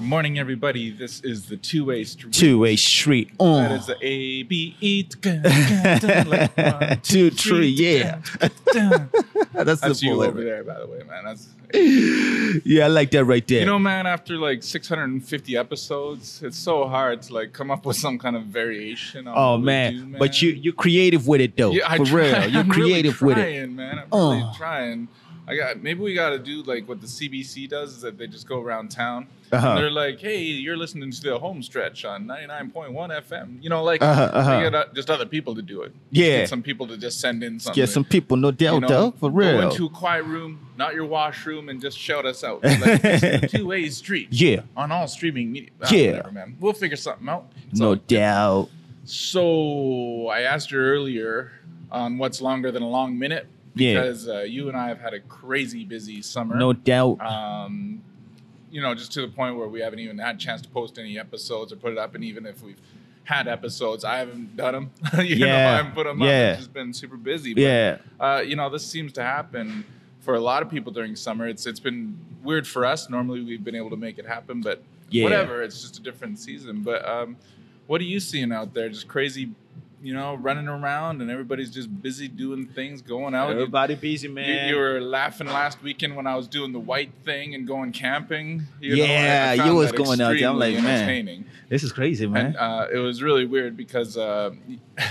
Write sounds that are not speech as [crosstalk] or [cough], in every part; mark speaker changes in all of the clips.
Speaker 1: Morning, everybody. This is the Two Way Street.
Speaker 2: Two way street. Uh.
Speaker 1: That is [laughs] the A B E. [laughs] That's
Speaker 2: Two, three, yeah. [laughs] That's, the
Speaker 1: you
Speaker 2: bullet.
Speaker 1: over there, by the way, man. That's
Speaker 2: Yeah, I like that right there.
Speaker 1: you know, man. After like 650 episodes, it's so hard to like come up with some kind of variation. On
Speaker 2: oh
Speaker 1: what we
Speaker 2: man.
Speaker 1: do,
Speaker 2: but you you're creative with it though.
Speaker 1: Yeah, [laughs] I
Speaker 2: For
Speaker 1: try-
Speaker 2: real, you're
Speaker 1: I'm really
Speaker 2: creative with it.
Speaker 1: trying, Man, I'm really
Speaker 2: Uh.
Speaker 1: trying. I got maybe we got to do like what the CBC does is that they just go around town.
Speaker 2: Uh-huh.
Speaker 1: And they're like, hey, you're listening to the home stretch on 99.1 FM. You know, like
Speaker 2: Uh-huh, uh-huh.
Speaker 1: they get uh, just other people to do it.
Speaker 2: Yeah.
Speaker 1: Get some people to just send in something.
Speaker 2: Yeah, some people, no doubt,
Speaker 1: you know,
Speaker 2: though. For
Speaker 1: Go
Speaker 2: real.
Speaker 1: into a quiet room, not your washroom, and just shout us out. Like, it's a
Speaker 2: [laughs]
Speaker 1: two-way street.
Speaker 2: Yeah.
Speaker 1: On all streaming media. Ah,
Speaker 2: Yeah.
Speaker 1: whatever, man. We'll figure something out. It's
Speaker 2: no
Speaker 1: all
Speaker 2: doubt.
Speaker 1: so I asked her earlier on what's longer than a long minute
Speaker 2: Yeah.
Speaker 1: because uh, you and I have had a crazy busy summer.
Speaker 2: No doubt.
Speaker 1: Um, you know, just to the point where we haven't even had a chance to post any episodes or put it up, and even if we've had episodes, I haven't done them. [laughs] you know,
Speaker 2: Yeah.
Speaker 1: I haven't put them up.
Speaker 2: Yeah.
Speaker 1: It's just been super busy. But,
Speaker 2: yeah.
Speaker 1: Uh, you know, this seems to happen for a lot of people during summer. It's it's been weird for us. Normally, we've been able to make it happen, but
Speaker 2: Yeah.
Speaker 1: whatever. It's just a different season. But um, what are you seeing out there? Just crazy, you know, running around and everybody's just busy doing things, going out. You-
Speaker 2: Everybody busy,
Speaker 1: You, you, were laughing last weekend when I was doing the white thing and going camping. You I- I
Speaker 2: Yeah, you
Speaker 1: found
Speaker 2: was
Speaker 1: that
Speaker 2: going out there. I'm
Speaker 1: extremely
Speaker 2: like, man.
Speaker 1: entertaining.
Speaker 2: this is crazy, man.
Speaker 1: And [laughs] uh, it was really weird because uh,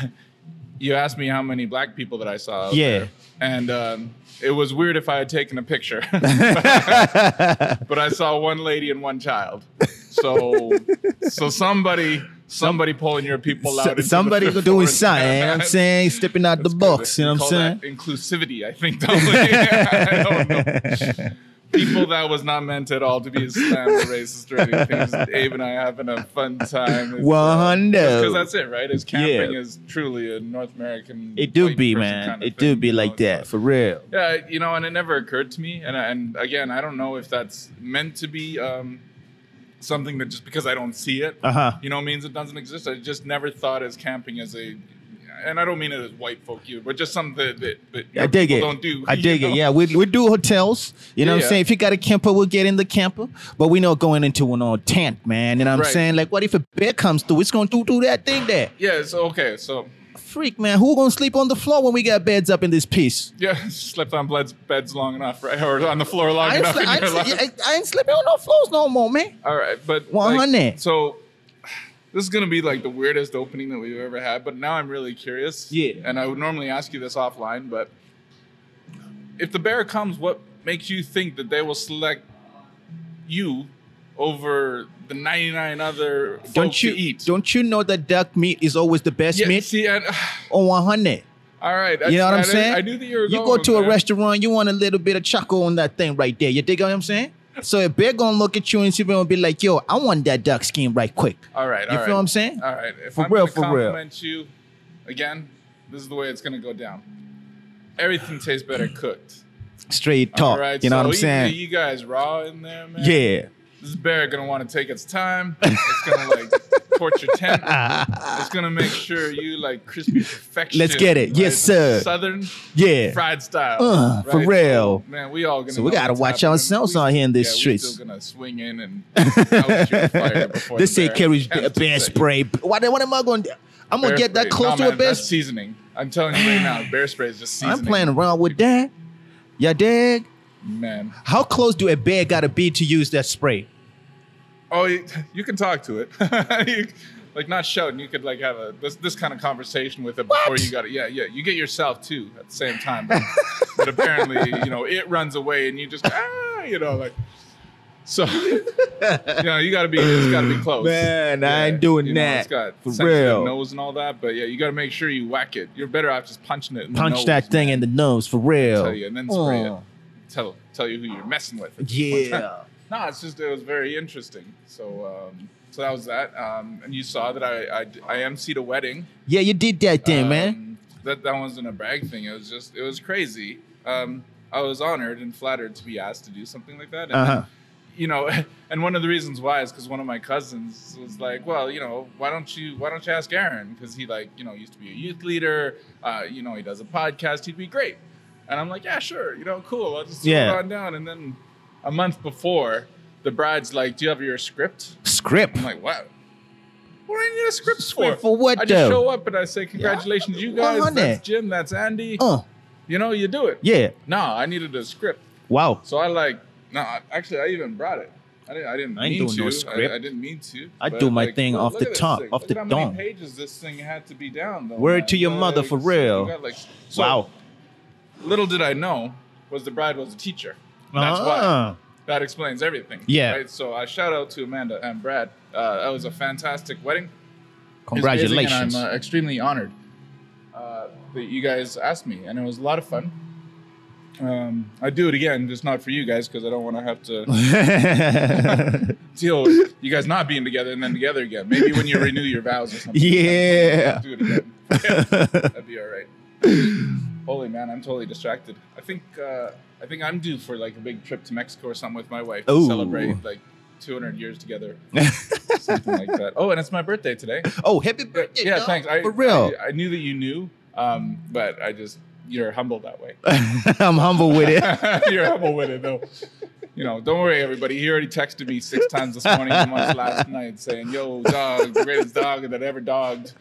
Speaker 1: [laughs] you asked me how many black people that I saw. out
Speaker 2: Yeah.
Speaker 1: there. And um, it was weird if I had taken a
Speaker 2: [laughs]
Speaker 1: picture, [laughs] but I saw one lady and one child.
Speaker 2: [laughs]
Speaker 1: So, so somebody, somebody pulling your people out.
Speaker 2: So-
Speaker 1: into the [laughs]
Speaker 2: somebody doing
Speaker 1: forest.
Speaker 2: something. you
Speaker 1: [laughs]
Speaker 2: know what I'm saying stepping out the
Speaker 1: That's good.
Speaker 2: box. You know
Speaker 1: We
Speaker 2: what
Speaker 1: call
Speaker 2: I'm saying?
Speaker 1: that Inclusivity, I think. Don't we? [laughs] I don't
Speaker 2: [laughs]
Speaker 1: know. People that was not meant at all to be a slam or racist or anything. Just Abe and I having a fun time. It's, uh,
Speaker 2: Well, hundo.
Speaker 1: Because that's it, right? Is camping
Speaker 2: Yeah.
Speaker 1: is truly a North American.
Speaker 2: It do
Speaker 1: white
Speaker 2: be,
Speaker 1: person
Speaker 2: man.
Speaker 1: kind of
Speaker 2: it do
Speaker 1: thing,
Speaker 2: be
Speaker 1: you know?
Speaker 2: like
Speaker 1: It's
Speaker 2: that, for real.
Speaker 1: yeah, you know, and it never occurred to me. And and again, I don't know if that's meant to be um, something that just because I don't see it,
Speaker 2: Uh-huh.
Speaker 1: you know, means it doesn't exist. I just never thought as camping as a, and I don't mean it as white folk you, but just something that that, that your
Speaker 2: I dig
Speaker 1: people Don't
Speaker 2: it.
Speaker 1: do. [laughs]
Speaker 2: I
Speaker 1: you
Speaker 2: dig
Speaker 1: know?
Speaker 2: it. Yeah, we, we do hotels. You know what
Speaker 1: Yeah.
Speaker 2: I'm saying? If you got a camper, we'll get in the camper. But we not going into an old tent, man. You know what I'm
Speaker 1: Right.
Speaker 2: saying? Like, what if a bear comes through? It's going to do, do that thing there.
Speaker 1: Yeah. So okay. So
Speaker 2: Freak, man. Who going to sleep on the floor when we got beds up in this piece?
Speaker 1: yeah, [laughs] slept on beds beds long enough, right? Or on the floor long
Speaker 2: I ain't,
Speaker 1: enough.
Speaker 2: sli-
Speaker 1: in
Speaker 2: I, ain't
Speaker 1: your
Speaker 2: sli-
Speaker 1: life.
Speaker 2: I, I ain't sleeping on no floors no more, man.
Speaker 1: All right, but
Speaker 2: 100.
Speaker 1: so [sighs] this is gonna be like the weirdest opening that we've ever had. But now I'm really curious.
Speaker 2: Yeah.
Speaker 1: And I would normally ask you this offline, but if the bear comes, what makes you think that they will select you over the 99 other
Speaker 2: Don't you
Speaker 1: to eat?
Speaker 2: Don't you know that duck meat is always the best
Speaker 1: yeah,
Speaker 2: meat
Speaker 1: see, and, [sighs]
Speaker 2: on 100?
Speaker 1: all right.
Speaker 2: You know what
Speaker 1: I,
Speaker 2: I'm
Speaker 1: I didn't-
Speaker 2: saying?
Speaker 1: I knew that you were
Speaker 2: You
Speaker 1: going
Speaker 2: go to a
Speaker 1: there.
Speaker 2: restaurant, you want a little bit of choco on that thing right there. You dig what
Speaker 1: [laughs]
Speaker 2: I'm saying? So if they're gonna look at you and see and be like, "Yo, I want that duck skin right quick."
Speaker 1: All right. all
Speaker 2: You feel
Speaker 1: right.
Speaker 2: what I'm saying?
Speaker 1: All right. If
Speaker 2: For
Speaker 1: I'm
Speaker 2: real,
Speaker 1: going to
Speaker 2: for real.
Speaker 1: compliment you again, this is the way it's going to go down. Everything tastes better cooked.
Speaker 2: Straight talk.
Speaker 1: all right.
Speaker 2: you know
Speaker 1: so
Speaker 2: what I'm
Speaker 1: you-
Speaker 2: saying?
Speaker 1: You guys raw in there, man.
Speaker 2: yeah.
Speaker 1: This bear going to want to take its time. It's going
Speaker 2: [laughs]
Speaker 1: to like torch your tent. It's going to make sure you like crispy perfection.
Speaker 2: Let's get it. Yes, sir.
Speaker 1: Southern
Speaker 2: Yeah.
Speaker 1: fried style.
Speaker 2: Uh, for real.
Speaker 1: So, man, we all gonna.
Speaker 2: So we
Speaker 1: know
Speaker 2: gotta
Speaker 1: what's
Speaker 2: watch
Speaker 1: happening.
Speaker 2: ourselves
Speaker 1: We-
Speaker 2: out here in these
Speaker 1: yeah,
Speaker 2: streets.
Speaker 1: we still gonna swing in
Speaker 2: [laughs]
Speaker 1: and out your fire before
Speaker 2: This
Speaker 1: the
Speaker 2: ain't
Speaker 1: bear
Speaker 2: carries
Speaker 1: attempts
Speaker 2: bear,
Speaker 1: to
Speaker 2: bear
Speaker 1: set you
Speaker 2: spray. What, what am I gonna do? I'm gonna
Speaker 1: Bear
Speaker 2: get that
Speaker 1: spray.
Speaker 2: close
Speaker 1: Nah,
Speaker 2: to
Speaker 1: man,
Speaker 2: a bear.
Speaker 1: that's seasoning. I'm telling you right
Speaker 2: [sighs]
Speaker 1: now, bear spray is just seasoning.
Speaker 2: I'm playing around with that. You dig?
Speaker 1: man.
Speaker 2: How close do a bear gotta be to use that spray?
Speaker 1: Oh, you, [laughs] you can talk to it. [laughs] you, like not shouting. You could like have a this, this kind of conversation with it before
Speaker 2: What?
Speaker 1: you got it. Yeah, yeah. You get yourself too at the same time. But, but apparently, you know, it runs away and you just ah, you know, like so. [laughs] you know, you gotta be. It's gotta be close.
Speaker 2: Man, I ain't doing
Speaker 1: you know,
Speaker 2: that.
Speaker 1: It's got
Speaker 2: For
Speaker 1: sensitive
Speaker 2: real.
Speaker 1: nose and all that. But yeah, you gotta make sure you whack it. You're better off just punching it. In
Speaker 2: Punch
Speaker 1: the nose,
Speaker 2: that thing
Speaker 1: man.
Speaker 2: in the nose for real.
Speaker 1: Tell you, and then spray it.
Speaker 2: Uh,
Speaker 1: tell tell you who you're messing with. [laughs]
Speaker 2: Yeah.
Speaker 1: No, it's just it was very interesting. So um, so that was that. Um, and you saw that I I, I emceed a wedding.
Speaker 2: Yeah, you did that thing,
Speaker 1: Um,
Speaker 2: man.
Speaker 1: That that wasn't a brag thing. It was just it was crazy. Um, I was honored and flattered to be asked to do something like that. And,
Speaker 2: Uh-huh.
Speaker 1: You know, [laughs] and one of the reasons why is because one of my cousins was like, "Well, you know, why don't you why don't you ask Aaron? Because he like you know used to be a youth leader. Uh, you know, he does a podcast. He'd be great." And I'm like, "Yeah, sure. You know, cool. I'll just throw
Speaker 2: Yeah.
Speaker 1: it on down." And then a month before, the bride's like, "Do you have your script?"
Speaker 2: Script.
Speaker 1: I'm like, "What? What do I need a script,
Speaker 2: Script
Speaker 1: for?
Speaker 2: for what,
Speaker 1: I just
Speaker 2: though?
Speaker 1: show up and I say, "Congratulations, you guys.
Speaker 2: 100.
Speaker 1: That's Jim. That's Andy.
Speaker 2: Uh,
Speaker 1: You know, you do it."
Speaker 2: yeah.
Speaker 1: No, I needed a script,
Speaker 2: Wow.
Speaker 1: so I like. No, I- actually, I even brought it. I didn't. I didn't
Speaker 2: I ain't
Speaker 1: mean
Speaker 2: doing
Speaker 1: to.
Speaker 2: no script.
Speaker 1: I, I didn't mean to.
Speaker 2: I
Speaker 1: but,
Speaker 2: do my
Speaker 1: like,
Speaker 2: thing
Speaker 1: look-
Speaker 2: off
Speaker 1: look
Speaker 2: the
Speaker 1: at this
Speaker 2: top,
Speaker 1: thing.
Speaker 2: off
Speaker 1: Look
Speaker 2: the
Speaker 1: at how many
Speaker 2: dome.
Speaker 1: Pages. This thing had to be down. Though,
Speaker 2: Word
Speaker 1: man.
Speaker 2: to your
Speaker 1: Like,
Speaker 2: mother, for
Speaker 1: so you
Speaker 2: real.
Speaker 1: got, like- so
Speaker 2: wow.
Speaker 1: little did I know was the bride was a teacher. That's why.
Speaker 2: Ah.
Speaker 1: That explains everything.
Speaker 2: Yeah.
Speaker 1: Right? So I shout out to Amanda and Brad. Uh, that was a fantastic wedding. It's amazing,
Speaker 2: Congratulations.
Speaker 1: And I'm uh, extremely honored uh, that you guys asked me, and it was a lot of fun. Um, I do it again, just not for you guys, because I don't want to have to deal with you guys not being together and then together again. Maybe when you renew your vows or something.
Speaker 2: [laughs] yeah.
Speaker 1: Do it again. That'd be all right. Holy man, I'm totally distracted. I think uh, I think I'm due for like a big trip to Mexico or something with my wife
Speaker 2: Ooh.
Speaker 1: to celebrate like 200 years
Speaker 2: [laughs]
Speaker 1: together, something like that. Oh, and it's my birthday today.
Speaker 2: oh, happy birthday.
Speaker 1: yeah,
Speaker 2: dog.
Speaker 1: thanks. I,
Speaker 2: For real.
Speaker 1: I, I knew that you knew, um, but I just you're humble that way. uh,
Speaker 2: [laughs] I'm humble
Speaker 1: [laughs]
Speaker 2: with it.
Speaker 1: you're humble with it though. You know, don't worry, everybody. He already texted me six times this morning and once last night saying, "Yo, dog, the greatest dog that ever dogged."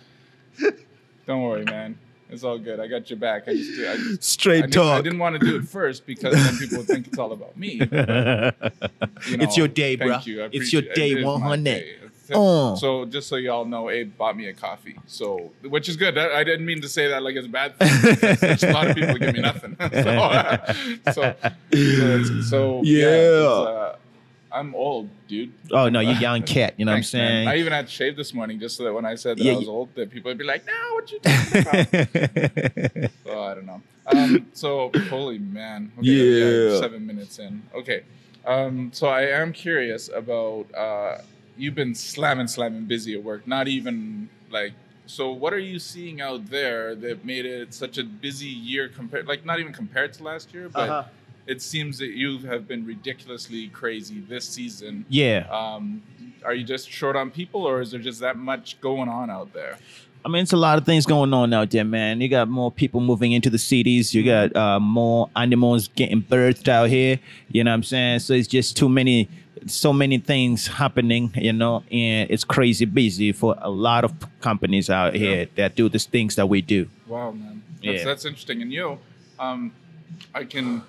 Speaker 1: Don't worry, man. It's all good. I got your back. I just, I just I
Speaker 2: Straight
Speaker 1: didn't, I
Speaker 2: talk.
Speaker 1: didn't want to do it first because then people would think it's all about me. You know,
Speaker 2: [laughs] It's your day,
Speaker 1: thank
Speaker 2: bruh.
Speaker 1: you. I
Speaker 2: It's your
Speaker 1: appreciate-
Speaker 2: day,
Speaker 1: it is my
Speaker 2: 100.
Speaker 1: day.
Speaker 2: Uh.
Speaker 1: So just so y'all know, Abe bought me a coffee. So which is good. That, I didn't mean to say that like it's a bad thing. because There's a lot of people that give me nothing. [laughs] so, [laughs] so, so, so, yeah.
Speaker 2: Yeah.
Speaker 1: it's, uh, I'm old, dude.
Speaker 2: Oh, no, you young cat. You know
Speaker 1: Thanks,
Speaker 2: what I'm
Speaker 1: man.
Speaker 2: saying?
Speaker 1: I even had shaved this morning just so that when I said that
Speaker 2: Yeah,
Speaker 1: I was
Speaker 2: you-
Speaker 1: old, that people would be like, "No, what you talking about?" Oh, I don't know. Um, so holy man. Okay,
Speaker 2: Yeah.
Speaker 1: Seven minutes in. Okay. Um, so I am curious about uh, you've been slamming, slamming busy at work. Not even like. So what are you seeing out there that made it such a busy year compared? Like not even compared to last year, but
Speaker 2: Uh-huh.
Speaker 1: it seems that you have been ridiculously crazy this season.
Speaker 2: [laughs] Yeah.
Speaker 1: Um, are you just short on people, or is there just that much going on out there?
Speaker 2: I mean, it's a lot of things going on out there, man. You got more people moving into the cities. You got uh, more animals getting birthed out here. You know what I'm saying? So it's just too many, so many things happening, you know, and it's crazy busy for a lot of companies out here that do these things that we do.
Speaker 1: Wow, man. That's,
Speaker 2: Yeah.
Speaker 1: that's interesting. And you, um, I can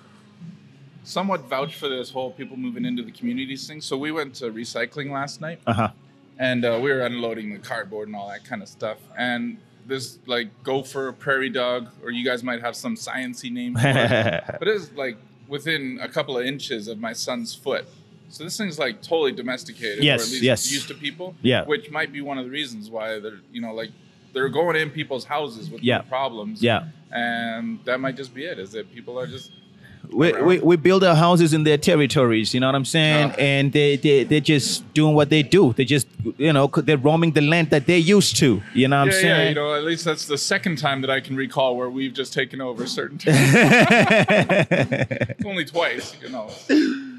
Speaker 1: somewhat vouch for this whole people moving into the communities thing. So we went to recycling last night
Speaker 2: Uh huh.
Speaker 1: and uh, we were unloading the cardboard and all that kind of stuff. And this like gopher, prairie dog, or you guys might have some sciency name, for
Speaker 2: [laughs]
Speaker 1: it. but it's like within a couple of inches of my son's foot. So this thing's like totally domesticated, or
Speaker 2: Yes,
Speaker 1: at least
Speaker 2: yes.
Speaker 1: used to people.
Speaker 2: Yeah.
Speaker 1: which might be one of the reasons why they're you know like they're going in people's houses with
Speaker 2: Yeah.
Speaker 1: no problems
Speaker 2: yeah.
Speaker 1: and that might just be it is that people are just
Speaker 2: we, we, we build our houses in their territories you know what i'm saying
Speaker 1: Ah.
Speaker 2: and they, they they're just doing what they do they just you know c- they're roaming the land that they used to you know what
Speaker 1: yeah,
Speaker 2: i'm
Speaker 1: yeah
Speaker 2: saying
Speaker 1: you know at least that's the second time that i can recall where we've just taken over
Speaker 2: [laughs]
Speaker 1: certain territories. It's only twice you know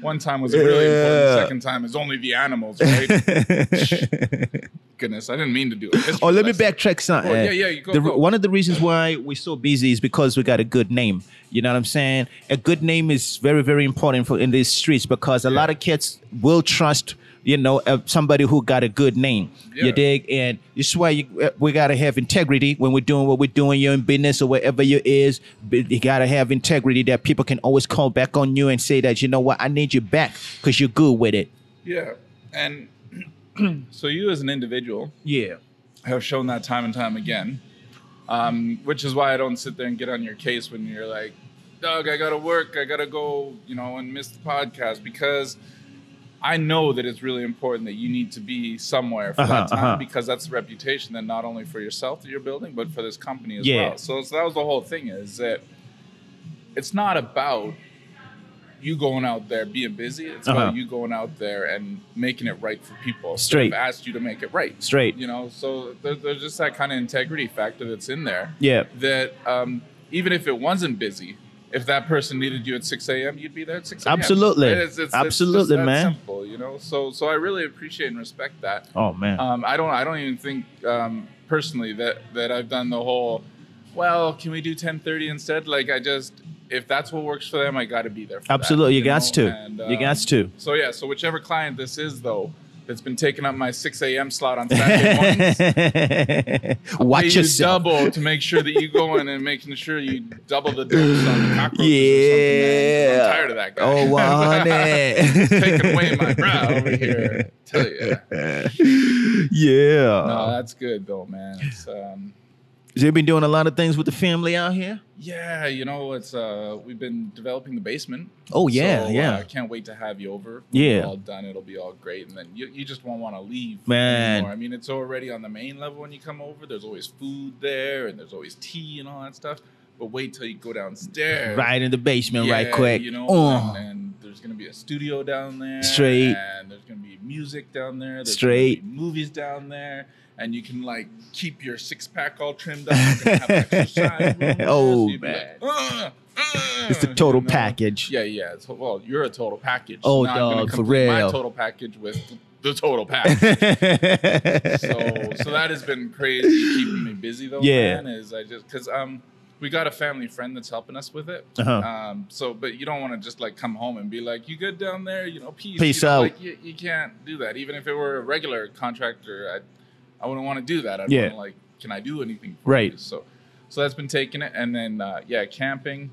Speaker 1: one time was really important the
Speaker 2: Yeah.
Speaker 1: second time is only the animals
Speaker 2: [laughs]
Speaker 1: right goodness i didn't mean to do it
Speaker 2: Oh, let me backtrack, son.
Speaker 1: Oh, yeah,
Speaker 2: Uh,
Speaker 1: yeah, you go,
Speaker 2: the-
Speaker 1: go.
Speaker 2: One of the reasons why we're so busy is because we got a good name. You know what I'm saying? A good name is very, very important for in these streets because a lot of kids will trust, you know, uh, somebody who got a good name.
Speaker 1: Yeah.
Speaker 2: You dig? And it's why you, uh, we gotta have integrity when we're doing what we're doing. You're in business or wherever you is, but you gotta have integrity that people can always call back on you and say that you know what, I need you back because you're good with it.
Speaker 1: yeah and [clears throat] so you as an individual
Speaker 2: Yeah.
Speaker 1: have shown that time and time again. Um, which is why I don't sit there and get on your case when you're like, Doug, I gotta work, I gotta go, you know, and miss the podcast because I know that it's really important that you need to be somewhere for
Speaker 2: Uh-huh,
Speaker 1: that time
Speaker 2: uh-huh.
Speaker 1: because that's the reputation that not only for yourself that you're building, but for this company as
Speaker 2: Yeah.
Speaker 1: well. So, so that was the whole thing is that it's not about you going out there being busy. It's
Speaker 2: Uh-huh.
Speaker 1: about you going out there and making it right for people. that
Speaker 2: Straight.
Speaker 1: have asked you to make it right
Speaker 2: Straight.
Speaker 1: you know so there, there's just that kind of integrity factor that's in there
Speaker 2: Yeah.
Speaker 1: that um, even if it wasn't busy if that person needed you at 6 a.m you'd be there at 6 a.m
Speaker 2: Absolutely.
Speaker 1: just
Speaker 2: Absolutely,
Speaker 1: that
Speaker 2: man.
Speaker 1: simple you know so so i really appreciate and respect that
Speaker 2: Oh man.
Speaker 1: um, i don't i don't even think um, personally that that i've done the whole well can we do 10.30 instead like i just if that's what works for them, I got to be there. For that,
Speaker 2: Absolutely, you gots
Speaker 1: know?
Speaker 2: to.
Speaker 1: And,
Speaker 2: You
Speaker 1: um,
Speaker 2: gots to.
Speaker 1: So yeah, so whichever client this is though, that's been taking up my 6 a.m. slot on Saturday mornings, I
Speaker 2: [laughs] Watch
Speaker 1: you
Speaker 2: yourself.
Speaker 1: double to make sure that you go in and making sure you double the dose
Speaker 2: [laughs]
Speaker 1: on the cockroaches or something. man.
Speaker 2: Yeah.
Speaker 1: I'm tired of that guy.
Speaker 2: Oh,
Speaker 1: [laughs]
Speaker 2: wow.
Speaker 1: Taking away my brow over here. Tell you.
Speaker 2: [laughs] Yeah.
Speaker 1: No, that's good though, man. It's, um,
Speaker 2: So you've been doing a lot of things with the family out here?
Speaker 1: yeah, you know, it's uh, we've been developing the basement.
Speaker 2: Oh, yeah,
Speaker 1: So,
Speaker 2: yeah.
Speaker 1: uh, can't wait to have you over.
Speaker 2: Yeah.
Speaker 1: all done. It'll be all great, and then you, you just won't want to leave.
Speaker 2: Man.
Speaker 1: anymore. I mean, it's already on the main level when you come over. There's always food there, and there's always tea and all that stuff. But wait till you go downstairs.
Speaker 2: right in the basement, right
Speaker 1: Yeah,
Speaker 2: quick.
Speaker 1: You know,
Speaker 2: Oh.
Speaker 1: and, and there's gonna be a studio down there.
Speaker 2: Straight.
Speaker 1: And there's gonna be music down there. There's
Speaker 2: Straight.
Speaker 1: Gonna be movies down there, and you can like keep your six pack all trimmed up. You can have exercise
Speaker 2: [laughs]
Speaker 1: room there,
Speaker 2: Oh,
Speaker 1: you'd be
Speaker 2: man.
Speaker 1: "Ugh, ugh,"
Speaker 2: It's the total
Speaker 1: you know?
Speaker 2: package. [laughs]
Speaker 1: Yeah, yeah. It's, well, you're a total package.
Speaker 2: Oh,
Speaker 1: Now I'm gonna
Speaker 2: dog, for
Speaker 1: complete
Speaker 2: real.
Speaker 1: My total package with the total package so so that has been crazy keeping me busy though
Speaker 2: [laughs] Yeah.
Speaker 1: man is i just because um we got a family friend that's helping us with it
Speaker 2: Uh-huh.
Speaker 1: um so but you don't want to just like come home and be like you good down there you know peace
Speaker 2: Peace
Speaker 1: you know,
Speaker 2: out.
Speaker 1: like, you, you can't do that even if it were a regular contractor i i wouldn't want to do that i'd
Speaker 2: Yeah.
Speaker 1: want to like can i do anything for
Speaker 2: Right.
Speaker 1: you? so so that's been taking it and then uh yeah camping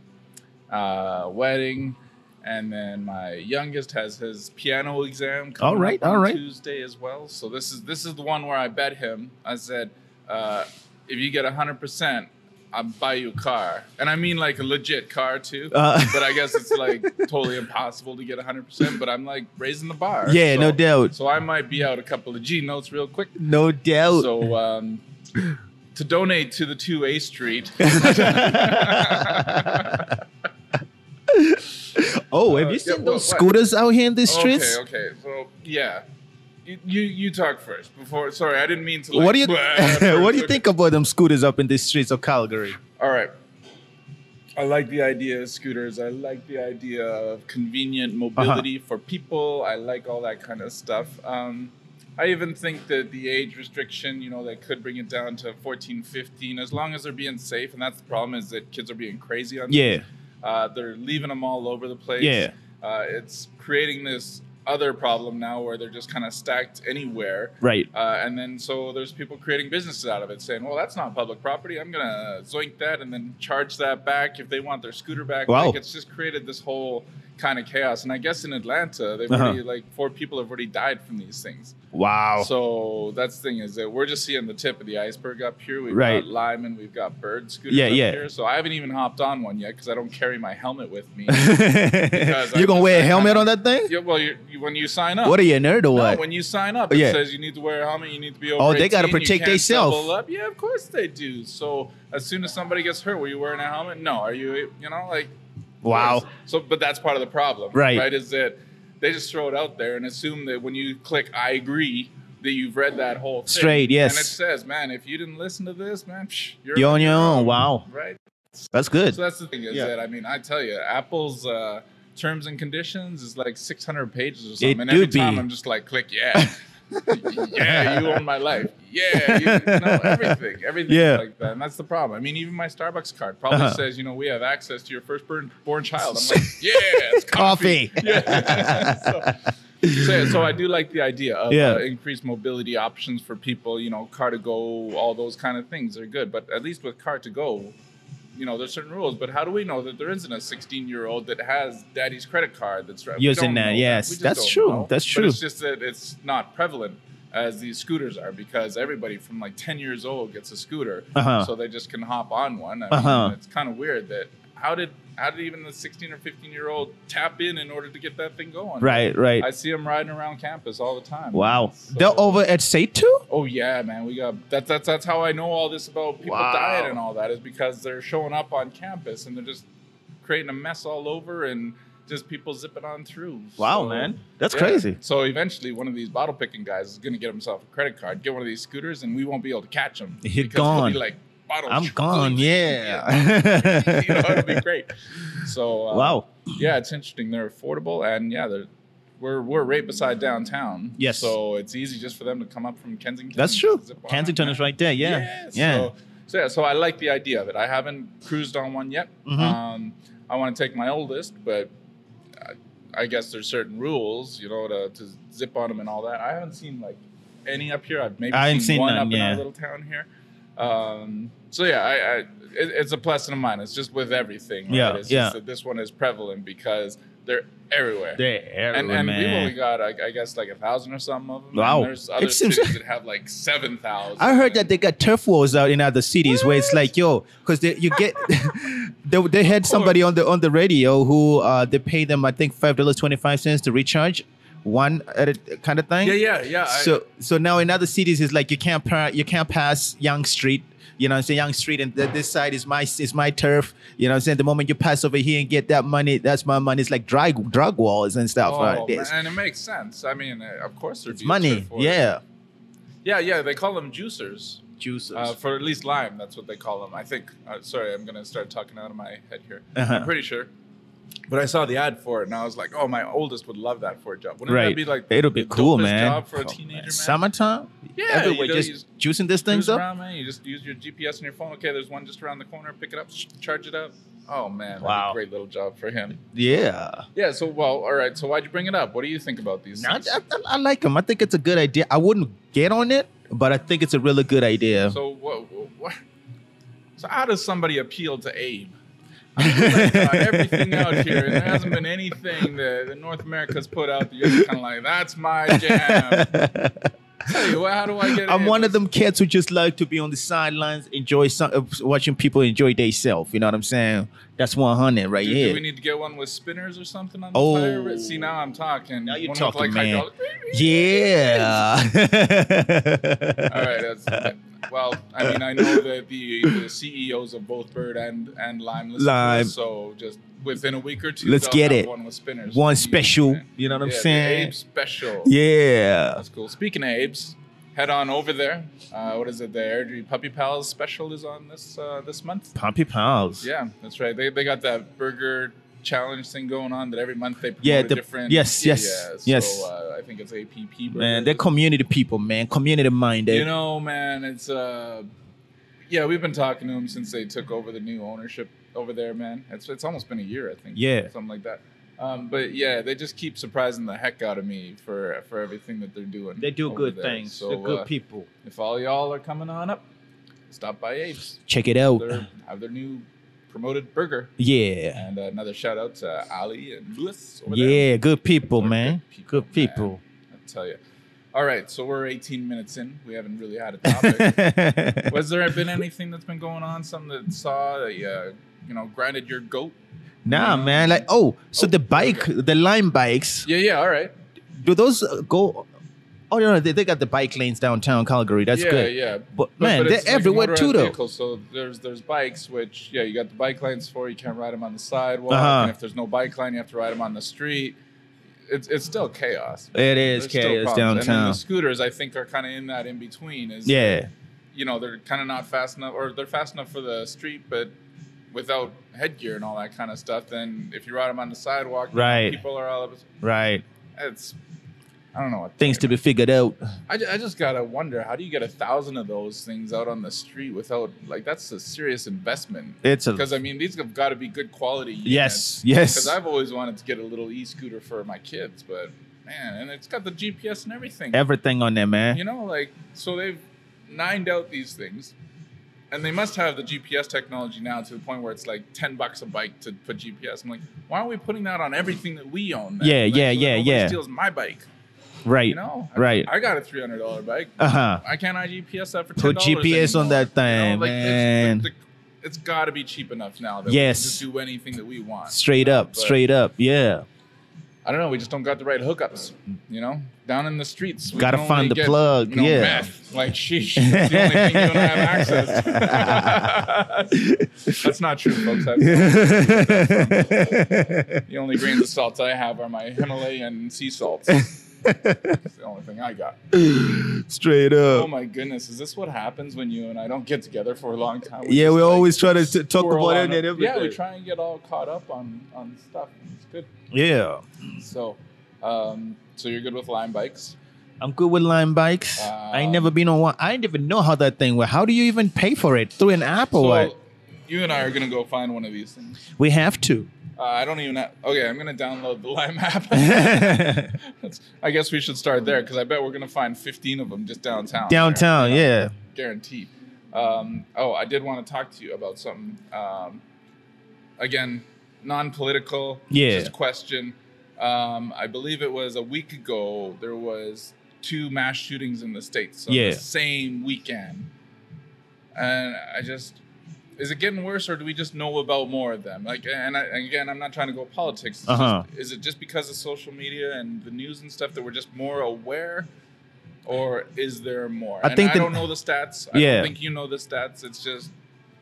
Speaker 1: uh wedding and then my youngest has his piano exam coming
Speaker 2: All right,
Speaker 1: up on
Speaker 2: all right.
Speaker 1: Tuesday as well. So this is this is the one where I bet him. I said, uh, if you get hundred percent, I'll buy you a car, and I mean like a legit car too.
Speaker 2: Uh, [laughs]
Speaker 1: but I guess it's like totally impossible to get hundred percent. But I'm like raising the bar.
Speaker 2: yeah,
Speaker 1: so,
Speaker 2: no doubt.
Speaker 1: So I might be out a couple of G notes real quick.
Speaker 2: No doubt.
Speaker 1: So um, to donate to the two A
Speaker 2: [laughs]
Speaker 1: Street.
Speaker 2: oh, have
Speaker 1: Uh,
Speaker 2: you
Speaker 1: yeah,
Speaker 2: seen
Speaker 1: what-
Speaker 2: those
Speaker 1: what?
Speaker 2: scooters out here in these streets?
Speaker 1: Okay, okay. So yeah, you you, you talk first before. Sorry, I didn't mean to. Like,
Speaker 2: What do you [laughs]
Speaker 1: bleh,
Speaker 2: what
Speaker 1: [laughs]
Speaker 2: do you
Speaker 1: okay.
Speaker 2: think about them scooters up in the streets of Calgary?
Speaker 1: All right. I like the idea of scooters. I like the idea of convenient
Speaker 2: Uh-huh.
Speaker 1: mobility for people. I like all that kind of stuff. Um, I even think that the age restriction, you know, they could bring it down to 14, 15, as long as they're being safe. And that's the problem is that kids are being crazy on
Speaker 2: Yeah,
Speaker 1: uh, they're leaving them all over the place.
Speaker 2: Yeah.
Speaker 1: Uh, it's creating this other problem now where they're just kind of stacked anywhere.
Speaker 2: right.
Speaker 1: Uh, and then so there's people creating businesses out of it saying, well, that's not public property. I'm going to zoink that and then charge that back if they want their scooter back.
Speaker 2: Wow.
Speaker 1: Like, it's just created this whole kind of chaos. And I guess in Atlanta, they've
Speaker 2: Uh-huh.
Speaker 1: already, like, four people have already died from these things.
Speaker 2: Wow.
Speaker 1: So that's the thing is that we're just seeing the tip of the iceberg up here. We've
Speaker 2: Right.
Speaker 1: got lime and we've got bird scooters
Speaker 2: Yeah,
Speaker 1: up
Speaker 2: yeah.
Speaker 1: here. So I haven't even hopped on one yet because I don't carry my helmet with
Speaker 2: [laughs]
Speaker 1: me. I
Speaker 2: You're gonna
Speaker 1: just-
Speaker 2: wear a
Speaker 1: I-
Speaker 2: helmet
Speaker 1: I-
Speaker 2: on that thing?
Speaker 1: yeah, well, you're, you, when you sign up,
Speaker 2: What are you a nerd or what?
Speaker 1: no, when you sign up,
Speaker 2: Oh,
Speaker 1: it
Speaker 2: yeah.
Speaker 1: says you need to wear a helmet. You need to be over.
Speaker 2: Oh, they gotta
Speaker 1: 18, you
Speaker 2: protect
Speaker 1: can't
Speaker 2: theyself.
Speaker 1: double up. Yeah, of course they do. So as soon as somebody gets hurt, were you wearing a helmet? No. Are you? You know, like
Speaker 2: wow.
Speaker 1: Yes. So, but that's part of the problem,
Speaker 2: Right.
Speaker 1: Right, is that they just throw it out there and assume that when you click "I agree," that you've read that whole thing.
Speaker 2: Straight, yes.
Speaker 1: And it says, "Man, if you didn't listen to this, man, psh, you're,
Speaker 2: You're on your own. Wow.
Speaker 1: right."
Speaker 2: That's good.
Speaker 1: So that's the thing is
Speaker 2: Yeah.
Speaker 1: that I mean, I tell you, Apple's. Uh, Terms and conditions is like 600 pages or
Speaker 2: It
Speaker 1: something. and
Speaker 2: do
Speaker 1: every time
Speaker 2: be.
Speaker 1: I'm just like, click,
Speaker 2: [laughs]
Speaker 1: yeah. [laughs] yeah, you own my life. Yeah, you, you know, everything. Everything
Speaker 2: Yeah.
Speaker 1: like that. And that's the problem. I mean, even my Starbucks card probably
Speaker 2: Uh-huh.
Speaker 1: says, you know, we have access to your first born, born child. I'm
Speaker 2: [laughs]
Speaker 1: like, yeah, it's coffee. [laughs]
Speaker 2: Coffee.
Speaker 1: Yeah. so, so, so I do like the idea of
Speaker 2: Yeah.
Speaker 1: uh, increased mobility options for people, you know, car to go, all those kind of things are good. But at least with car to go, you know, there's certain rules, but how do we know that there isn't a 16 year old that has daddy's credit card that's right? We
Speaker 2: Using
Speaker 1: don't
Speaker 2: that,
Speaker 1: know
Speaker 2: yes.
Speaker 1: We just
Speaker 2: That's
Speaker 1: don't
Speaker 2: true.
Speaker 1: know.
Speaker 2: That's
Speaker 1: But
Speaker 2: true.
Speaker 1: it's just that it's not prevalent as these scooters are because everybody from like 10 years old gets a scooter,
Speaker 2: Uh-huh.
Speaker 1: so they just can hop on one. I
Speaker 2: Uh-huh.
Speaker 1: mean, it's kind of weird that how did how did even the 16 or 15 year old tap in in order to get that thing going?
Speaker 2: [laughs] Right, right.
Speaker 1: I see them riding around campus all the time.
Speaker 2: Wow.
Speaker 1: So-
Speaker 2: They're over at Satu?
Speaker 1: Oh yeah, man. We got that's that's that's how I know all this about people
Speaker 2: Wow.
Speaker 1: dying and all that is because they're showing up on campus and they're just creating a mess all over and just people zipping on through. So,
Speaker 2: That's
Speaker 1: yeah. So eventually, one of these bottle picking guys is going to get himself a credit card, get one of these scooters, and we won't be able to catch him.
Speaker 2: He's
Speaker 1: because he'll
Speaker 2: gone.
Speaker 1: be like, bottle
Speaker 2: I'm
Speaker 1: [laughs]
Speaker 2: gone,
Speaker 1: you
Speaker 2: [laughs] yeah.
Speaker 1: know, it'll be great. So uh,
Speaker 2: wow.
Speaker 1: yeah, it's interesting. They're affordable, and yeah, they're we're we're right beside downtown.
Speaker 2: Yes.
Speaker 1: so it's easy just for them to come up from Kensington.
Speaker 2: That's
Speaker 1: and
Speaker 2: true.
Speaker 1: zip on
Speaker 2: Kensington
Speaker 1: up.
Speaker 2: is right there. Yeah.
Speaker 1: So, so yeah, so I like the idea of it. I haven't cruised on one yet.
Speaker 2: Mhm.
Speaker 1: Um, I want to take my oldest, but I, I guess there's certain rules, you know, to, to zip on them and all that. I haven't seen like any up here. I've maybe
Speaker 2: I
Speaker 1: seen,
Speaker 2: haven't seen
Speaker 1: one
Speaker 2: none,
Speaker 1: up in
Speaker 2: yeah.
Speaker 1: our little town here. Um, so yeah, I, I it, it's a plus and a minus, just with everything. Right?
Speaker 2: Yeah,
Speaker 1: it's
Speaker 2: yeah.
Speaker 1: Just that this one is prevalent because they're everywhere.
Speaker 2: They're
Speaker 1: and
Speaker 2: everywhere,
Speaker 1: and we've only
Speaker 2: man.
Speaker 1: got, I, I guess, like a thousand or something of them. and
Speaker 2: Wow.
Speaker 1: there's other
Speaker 2: It seems- [laughs]
Speaker 1: cities that have like seven thousand.
Speaker 2: I heard that they got turf wars out in other cities where it's
Speaker 1: What?
Speaker 2: like, yo, because they you get [laughs] they, they had somebody on the on the radio who uh they pay them I think five dollars twenty five cents to recharge one at a kind of thing.
Speaker 1: Yeah, yeah, yeah. I-
Speaker 2: So so now in other cities it's like you can't par- you can't pass Young Street. You know, what I'm saying Young Street, and th- this side is my is my turf. You know, what I'm saying the moment you pass over here and get that money, that's my money. It's like drug drug walls and stuff.
Speaker 1: Oh,
Speaker 2: like
Speaker 1: man,
Speaker 2: this.
Speaker 1: and it makes sense. I mean, uh, of course, there'd
Speaker 2: It's
Speaker 1: be a
Speaker 2: money,
Speaker 1: turf war.
Speaker 2: yeah.
Speaker 1: yeah, yeah. They call them juicers
Speaker 2: Juices.
Speaker 1: uh, for at least lime. That's what they call them. I think. Uh, sorry, I'm gonna start talking out of my head here.
Speaker 2: Uh-huh.
Speaker 1: I'm pretty sure. But I saw the ad for it, and I was like, "Oh, my oldest would love that for a job. Wouldn't that
Speaker 2: right.
Speaker 1: be like
Speaker 2: It'll be
Speaker 1: the
Speaker 2: cool,
Speaker 1: dopest
Speaker 2: man.
Speaker 1: Job for a
Speaker 2: Oh,
Speaker 1: teenager,
Speaker 2: man.
Speaker 1: man.
Speaker 2: Summertime.
Speaker 1: Yeah, you
Speaker 2: everywhere
Speaker 1: know,
Speaker 2: just
Speaker 1: you just
Speaker 2: juicing these things
Speaker 1: cruise
Speaker 2: up.
Speaker 1: around, man. You just use your GPS on your phone. Okay, there's one just around the corner. Pick it up, sh- charge it up. Oh man, wow,
Speaker 2: Wow.
Speaker 1: great little job for him.
Speaker 2: Yeah.
Speaker 1: Yeah. So, well, all right. So, why'd you bring it up? What do you think about these?
Speaker 2: No, I,
Speaker 1: things?
Speaker 2: I, I like them. I think it's a good idea. I wouldn't get on it, but I think it's a really good idea.
Speaker 1: So what, what? So how does somebody appeal to
Speaker 2: [laughs]
Speaker 1: Abe? Uh, everything out here, and there hasn't been anything that, that North America's put out. That you're just kind of like, that's my
Speaker 2: [laughs]
Speaker 1: jam. Tell you what, how do I get?
Speaker 2: I'm
Speaker 1: in?
Speaker 2: one of them kids who just like to be on the sidelines, enjoy some, uh, watching people enjoy themselves. You know what I'm saying? That's 100 right
Speaker 1: Do, do we
Speaker 2: here.
Speaker 1: need to get one with spinners or something on the
Speaker 2: Oh.
Speaker 1: fire? See, now I'm talking.
Speaker 2: Now you're
Speaker 1: One with,
Speaker 2: talking,
Speaker 1: like,
Speaker 2: man.
Speaker 1: hydraulic-
Speaker 2: Yeah.
Speaker 1: All right. That's, well, I mean, I know that the, the CEOs of both Bird and and Lime. listen to
Speaker 2: Lime.
Speaker 1: us, So just within a week or two,
Speaker 2: Let's
Speaker 1: they'll
Speaker 2: get
Speaker 1: have
Speaker 2: it.
Speaker 1: One with spinners.
Speaker 2: [laughs] One
Speaker 1: Jeez,
Speaker 2: special.
Speaker 1: man.
Speaker 2: You know what I'm
Speaker 1: Yeah, the
Speaker 2: saying?
Speaker 1: Abe special.
Speaker 2: Yeah.
Speaker 1: That's cool. Speaking of Abe's, head on over there. Uh, what is it? The Airdrie Puppy Pals special is on this uh, this month.
Speaker 2: Pompey Pals.
Speaker 1: Yeah, that's right. They, they got that burger challenge thing going on that every month they promote
Speaker 2: Yeah,
Speaker 1: a
Speaker 2: the-
Speaker 1: different.
Speaker 2: yes, yes,
Speaker 1: yeah,
Speaker 2: yes.
Speaker 1: So uh, I think it's APP.
Speaker 2: Man,
Speaker 1: burgers.
Speaker 2: they're community people, man. Community minded.
Speaker 1: You know, man, it's uh, yeah, we've been talking to them since they took over the new ownership over there, man. It's it's almost been a year, I think.
Speaker 2: Yeah.
Speaker 1: something like that. Um, but yeah, they just keep surprising the heck out of me for for everything that they're doing.
Speaker 2: they do
Speaker 1: over
Speaker 2: good
Speaker 1: there.
Speaker 2: things.
Speaker 1: So
Speaker 2: they're good
Speaker 1: uh,
Speaker 2: people.
Speaker 1: if all y'all are coming on up, stop by Apes.
Speaker 2: Check it out.
Speaker 1: They're, have their new promoted burger.
Speaker 2: Yeah.
Speaker 1: And uh, another shout out to Ali and Bliss over there.
Speaker 2: Yeah, good people,
Speaker 1: They're
Speaker 2: man.
Speaker 1: good people,
Speaker 2: Good people.
Speaker 1: I tell you. All right, so we're 18 minutes in. We haven't really had a
Speaker 2: [laughs]
Speaker 1: topic. Was there been anything that's been going on? Something that saw that uh, you know grinded your goat?
Speaker 2: nah, man. Like, oh, so
Speaker 1: Oh,
Speaker 2: the bike, the line bikes,
Speaker 1: Yeah, yeah. All right.
Speaker 2: do those uh, go? Oh, no, no, they, they got the bike lanes downtown Calgary. That's
Speaker 1: yeah,
Speaker 2: good.
Speaker 1: Yeah,
Speaker 2: But, man, they're
Speaker 1: it's like a
Speaker 2: everywhere
Speaker 1: motorized
Speaker 2: too, though.
Speaker 1: vehicle, so there's there's bikes, which yeah, you got the bike lanes for. You can't ride them on the sidewalk,
Speaker 2: Uh-huh.
Speaker 1: and if there's no bike line, you have to ride them on the street. It's it's still chaos.
Speaker 2: It is
Speaker 1: There's still
Speaker 2: chaos
Speaker 1: problems. And then
Speaker 2: downtown.
Speaker 1: the scooters, I think, are kind of in that in between. Is
Speaker 2: Yeah.
Speaker 1: you know they're kind of not fast enough or they're fast enough for the street but without headgear and all that kind of stuff then if you ride them on the sidewalk you know,
Speaker 2: Right.
Speaker 1: people are all up
Speaker 2: Right.
Speaker 1: it's i don't know what
Speaker 2: Things to be figured out.
Speaker 1: I, ju- I just gotta wonder how do you get a thousand of those things out on the street without like that's a serious investment
Speaker 2: It's a
Speaker 1: because i mean these have got to be good quality
Speaker 2: yes, yes.
Speaker 1: because i've always wanted to get a little e-scooter for my kids but man and it's got the gps and everything
Speaker 2: Everything on there, man.
Speaker 1: you know, like so they've nined out these things, and they must have the GPS technology now to the point where it's like ten bucks a bike to put GPS. I'm like, why aren't we putting that on everything that we own? then?
Speaker 2: Yeah,
Speaker 1: Like,
Speaker 2: yeah,
Speaker 1: so that
Speaker 2: yeah,
Speaker 1: nobody
Speaker 2: yeah.
Speaker 1: Steals my bike,
Speaker 2: right.
Speaker 1: you know? I-
Speaker 2: right.
Speaker 1: I, got a three hundred dollar bike.
Speaker 2: uh huh.
Speaker 1: I can't I GPS that for ten
Speaker 2: Put
Speaker 1: dollars.
Speaker 2: GPS on that thing, man.
Speaker 1: it's got to be cheap enough now that
Speaker 2: Yes.
Speaker 1: we can just do anything that we want.
Speaker 2: Straight up,
Speaker 1: But-
Speaker 2: straight up. Yeah.
Speaker 1: I don't know. We just don't got the right hookups, you know. Down in the streets, we
Speaker 2: Gotta
Speaker 1: can only
Speaker 2: find the
Speaker 1: get,
Speaker 2: plug,
Speaker 1: you know,
Speaker 2: yeah.
Speaker 1: meth. Like sheesh, that's the only thing you don't have
Speaker 2: [laughs]
Speaker 1: access. that's not true, folks. I've, the only grains of salt I have are my Himalayan sea salts. That's the only thing I got.
Speaker 2: [laughs] Straight
Speaker 1: Oh
Speaker 2: up.
Speaker 1: my goodness, is this what happens when you and I don't get together for a long time?
Speaker 2: yeah,
Speaker 1: just,
Speaker 2: we
Speaker 1: like,
Speaker 2: always try to t- talk
Speaker 1: squirrel
Speaker 2: about
Speaker 1: on
Speaker 2: it
Speaker 1: up-
Speaker 2: and everything.
Speaker 1: Yeah, we try and get all caught up on on stuff. It's good.
Speaker 2: Yeah.
Speaker 1: So, um, so you're good with lime bikes.
Speaker 2: I'm good with line bikes. I ain't never been on one. I didn't even know how that thing went. How do you even pay for it? Through an app or what?
Speaker 1: you and I are gonna go find one of these things.
Speaker 2: We have [laughs] to.
Speaker 1: Uh, I don't even. Have, okay, I'm gonna download the Lime app. [laughs]
Speaker 2: [laughs] downtown,
Speaker 1: That's- I guess we should start there because I bet we're gonna find 15 of them just downtown.
Speaker 2: yeah.
Speaker 1: guaranteed. Um, oh, I did want to talk to you about something. Um, again, non-political.
Speaker 2: Yeah.
Speaker 1: Just a question. Um, I believe it was a week ago. There was two mass shootings in the states. on
Speaker 2: Yeah.
Speaker 1: The same weekend, and I just. Is it getting worse, or do we just know about more of them? Like, and, I, and again, I'm not trying to go politics. It's
Speaker 2: Uh-huh.
Speaker 1: just- is it just because of social media and the news and stuff that we're just more aware, or is there more?
Speaker 2: I
Speaker 1: And
Speaker 2: think
Speaker 1: I
Speaker 2: the-
Speaker 1: don't know the stats. I
Speaker 2: Yeah.
Speaker 1: don't think you know the stats. It's just